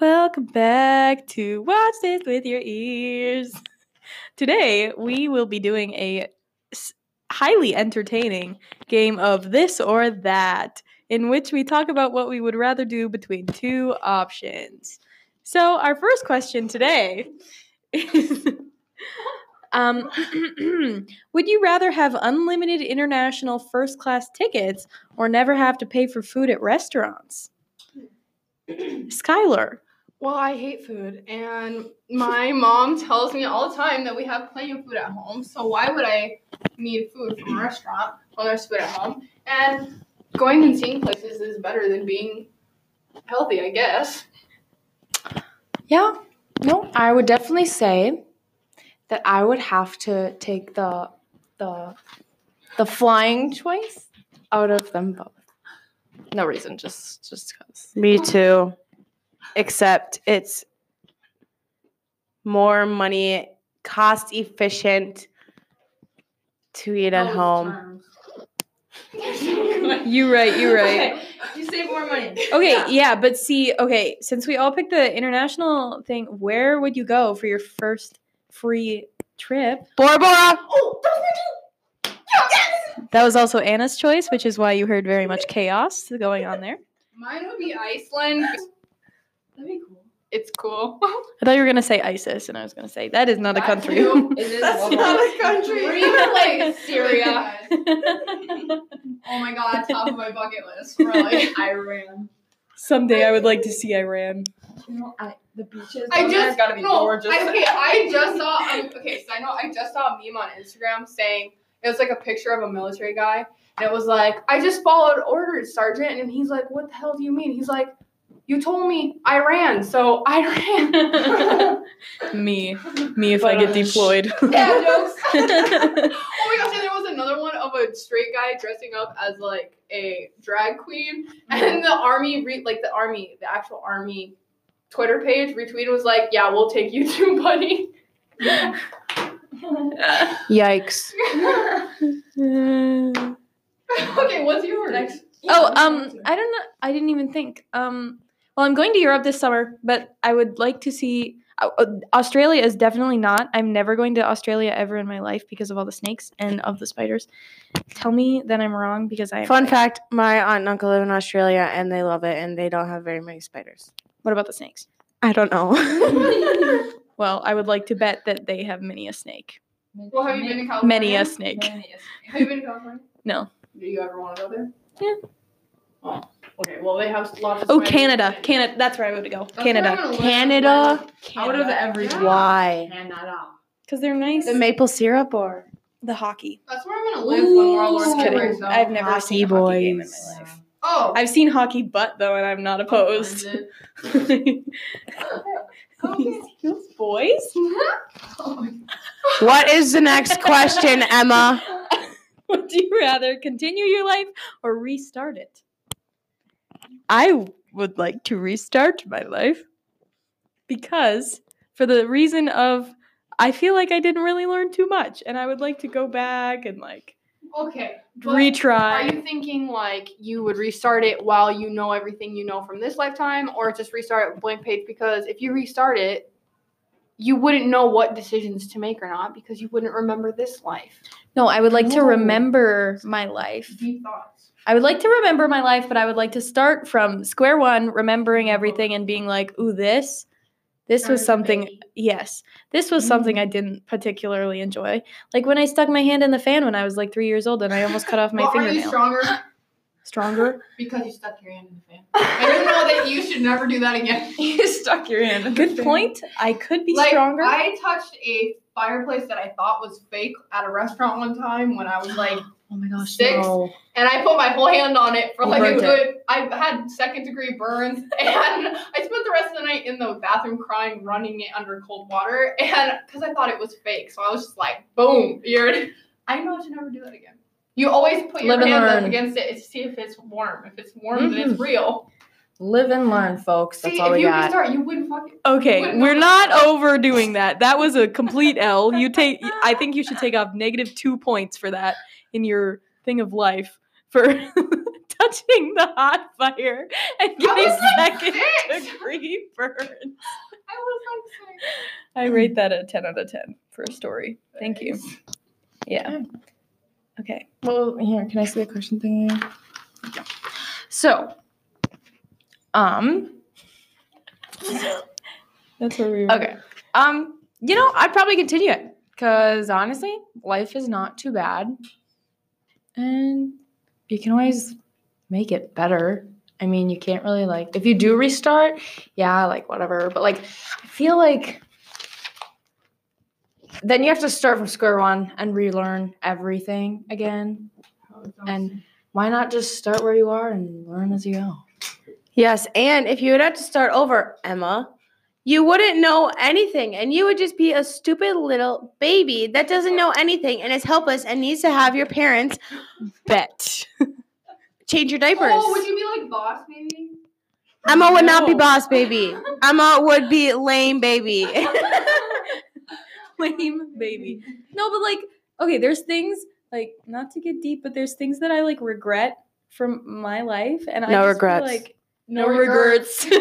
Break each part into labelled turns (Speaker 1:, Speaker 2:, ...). Speaker 1: Welcome back to Watch This With Your Ears. Today, we will be doing a s- highly entertaining game of this or that, in which we talk about what we would rather do between two options. So, our first question today is um, Would you rather have unlimited international first class tickets or never have to pay for food at restaurants? Skylar.
Speaker 2: Well, I hate food, and my mom tells me all the time that we have plenty of food at home. So why would I need food from a restaurant when there's food at home? And going and seeing places is better than being healthy, I guess.
Speaker 3: Yeah. No, I would definitely say that I would have to take the the the flying choice out of them both. No reason, just just cause.
Speaker 4: Me too. Except it's more money, cost efficient to eat at home.
Speaker 1: You're right, you're right.
Speaker 2: You save more money.
Speaker 1: Okay, yeah. but see, okay, since we all picked the international thing, where would you go for your first free trip?
Speaker 4: Bora Bora!
Speaker 2: Oh,
Speaker 1: That was also Anna's choice, which is why you heard very much chaos going on there.
Speaker 2: mine would be Iceland. That'd be cool. It's cool.
Speaker 1: I thought you were gonna say ISIS, and I was gonna say that is not a
Speaker 2: That
Speaker 1: country.
Speaker 2: too.
Speaker 3: It is
Speaker 4: That's not a country.
Speaker 2: Dream like Syria. Oh my god, top of my bucket list. Really.
Speaker 5: Iran.
Speaker 1: Someday I would like to see Iran.
Speaker 5: You know, I, the beaches.
Speaker 2: I
Speaker 5: down there
Speaker 2: just
Speaker 5: Oh, gotta be
Speaker 2: no,
Speaker 5: gorgeous.
Speaker 2: I, okay, I just saw. Um, okay, so I know I just saw a meme on Instagram saying it was like a picture of a military guy, and it was like, "I just followed orders, Sergeant," and he's like, "What the hell do you mean?" He's like, "You told me I ran, so I ran."
Speaker 1: Me, me if I get deployed.
Speaker 2: Dad jokes. Oh my gosh, and there was another one of a straight guy dressing up as like a drag queen, and the army, re- like the army, the actual army Twitter page retweeted was like, "Yeah, we'll take you too, buddy."
Speaker 4: Yikes.
Speaker 2: okay, what's yours? Next.
Speaker 1: Oh, um, I don't know. I didn't even think. Um, well, I'm going to Europe this summer, but I would like to see. uh, uh, Australia is definitely not. I'm never going to Australia ever in my life because of all the snakes and of the spiders. Tell me that I'm wrong because I. am
Speaker 4: Fun
Speaker 1: right.
Speaker 4: fact my aunt and uncle live in Australia and they love it and they don't have very many spiders.
Speaker 1: What about the snakes?
Speaker 4: I don't know.
Speaker 1: Well, I would like to bet that they have many a snake.
Speaker 2: Well, have you been to California?
Speaker 1: Many a snake.
Speaker 2: Have you been to California?
Speaker 1: No.
Speaker 2: Do you ever want to go there?
Speaker 1: Yeah.
Speaker 2: Oh, okay. Well, they have lots of.
Speaker 1: Oh,
Speaker 2: spiders.
Speaker 1: Canada, Canada. That's where I would go.
Speaker 2: That's
Speaker 1: Canada,
Speaker 2: where I'm gonna live.
Speaker 4: Canada?
Speaker 5: Out of everything.
Speaker 4: Why?
Speaker 5: And not out.
Speaker 1: because they're nice.
Speaker 4: The maple syrup or?
Speaker 1: The hockey.
Speaker 2: That's where I'm gonna live when World War
Speaker 1: Just
Speaker 2: II
Speaker 1: kidding.
Speaker 2: breaks out.
Speaker 1: I've never seen a hockey game in my
Speaker 4: boys.
Speaker 1: life.
Speaker 2: Oh.
Speaker 1: I've seen hockey butt though, and I'm not opposed. Excuse boys?
Speaker 2: Oh
Speaker 4: What is the next question,
Speaker 2: Uh.
Speaker 4: Emma?
Speaker 1: Would you rather continue your life or restart it? I would like to restart my life because, for the reason of, I feel like I didn't really learn too much, and I would like to go back and like
Speaker 2: okay. but Are
Speaker 1: retry.
Speaker 2: you thinking like you would restart it while you know everything you know from this lifetime, or just restart it with blank page? Because if you restart it, you wouldn't know what decisions to make or not because you wouldn't remember this life.
Speaker 1: no, I would like to
Speaker 5: No.
Speaker 1: remember my life.
Speaker 2: Deep thoughts.
Speaker 1: I would like to remember my life, but I would like to start from square one,
Speaker 2: Oh.
Speaker 1: remembering everything and being like, ooh, this, this was something, yes, this
Speaker 2: Mm-hmm.
Speaker 1: was something I didn't particularly enjoy. Like when I stuck my hand in the fan when I was like three years old and I almost cut off my
Speaker 2: Well, are you
Speaker 1: fingernail.
Speaker 2: stronger
Speaker 1: Stronger?
Speaker 2: because you stuck your hand in the fan? I don't know that you should never do that again.
Speaker 5: You stuck your hand.
Speaker 1: Good point. I could be stronger.
Speaker 2: I touched a fireplace that I thought was fake at a restaurant one time when I was like,
Speaker 5: Oh my gosh.
Speaker 2: Six?
Speaker 5: No.
Speaker 2: and I put my whole hand on it for
Speaker 1: You
Speaker 2: like a
Speaker 1: burnt it.
Speaker 2: good. I had second degree burns, and I spent the rest of the night in the bathroom crying, running it under cold water, and because I thought it was fake, so I was just like, boom, you're. I know to never do that again. You always put your
Speaker 1: Live and
Speaker 2: hand up
Speaker 1: learn. Mm-hmm.
Speaker 2: against it to see if it's warm. If it's warm, then it's real.
Speaker 5: Live and learn, folks. That's
Speaker 2: see,
Speaker 5: all
Speaker 2: if
Speaker 5: we
Speaker 2: you
Speaker 5: got.
Speaker 2: restart, you wouldn't fucking.
Speaker 1: okay, we're not overdoing that. That was a complete L. You take, I think you should take off negative two points for that in your thing of life for touching the hot fire and getting
Speaker 2: was like
Speaker 1: second
Speaker 2: six.
Speaker 1: degree burn.
Speaker 2: I was like, saying,
Speaker 5: Mm.
Speaker 1: I rate that a 10 out of 10 for a story. Thank you. Yeah. Okay.
Speaker 5: Well, here, can I see the question thing again? So, um,
Speaker 1: That's where we were.
Speaker 5: okay. Um, you know, I'd probably continue it because honestly, life is not too bad. And you can always make it better. I mean, you can't really like, if you do restart, yeah, like whatever. But like, I feel like then you have to start from square one and relearn everything again. And why not just start where you are and learn as you go?
Speaker 4: Yes, and if you would have to start over, Emma, you wouldn't know anything, and you would just be a stupid little baby that doesn't know anything and is helpless and needs to have your parents
Speaker 1: Bet.
Speaker 4: change your diapers.
Speaker 2: Oh, would you be like boss maybe?
Speaker 4: Emma would not be
Speaker 1: No.
Speaker 4: boss baby. Emma would be lame baby.
Speaker 1: Lame baby. No, but like, okay, there's things like not to get deep, but there's things that I like regret from my life, and I
Speaker 4: No
Speaker 1: just
Speaker 4: regrets.
Speaker 1: Feel like no regrets.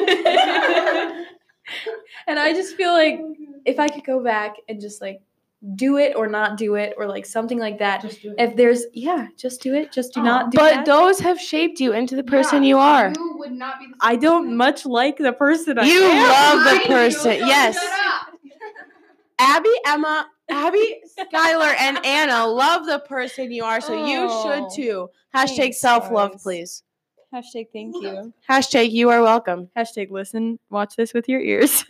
Speaker 1: and I just feel like if I could go back and just like do it or not do it or like something like that.
Speaker 5: Just do it.
Speaker 1: If there's yeah, just do it. Just do not do
Speaker 4: but
Speaker 1: that.
Speaker 4: those have shaped you into the person
Speaker 2: Yeah,
Speaker 4: you are.
Speaker 2: You would not be the
Speaker 1: I
Speaker 2: same
Speaker 1: don't
Speaker 2: person.
Speaker 1: much like the person I
Speaker 4: You
Speaker 1: am.
Speaker 4: love the
Speaker 2: I do,
Speaker 4: person,
Speaker 2: so
Speaker 4: yes.
Speaker 2: shut up.
Speaker 4: Abby, Emma, Abby, Skylar, and Anna love the person you are, so you
Speaker 1: Oh,
Speaker 4: should too. Hashtag
Speaker 1: thanks,
Speaker 4: self love,
Speaker 1: guys.
Speaker 4: please.
Speaker 1: Hashtag thank you.
Speaker 4: Hashtag you are welcome.
Speaker 1: Hashtag listen, watch this with your ears.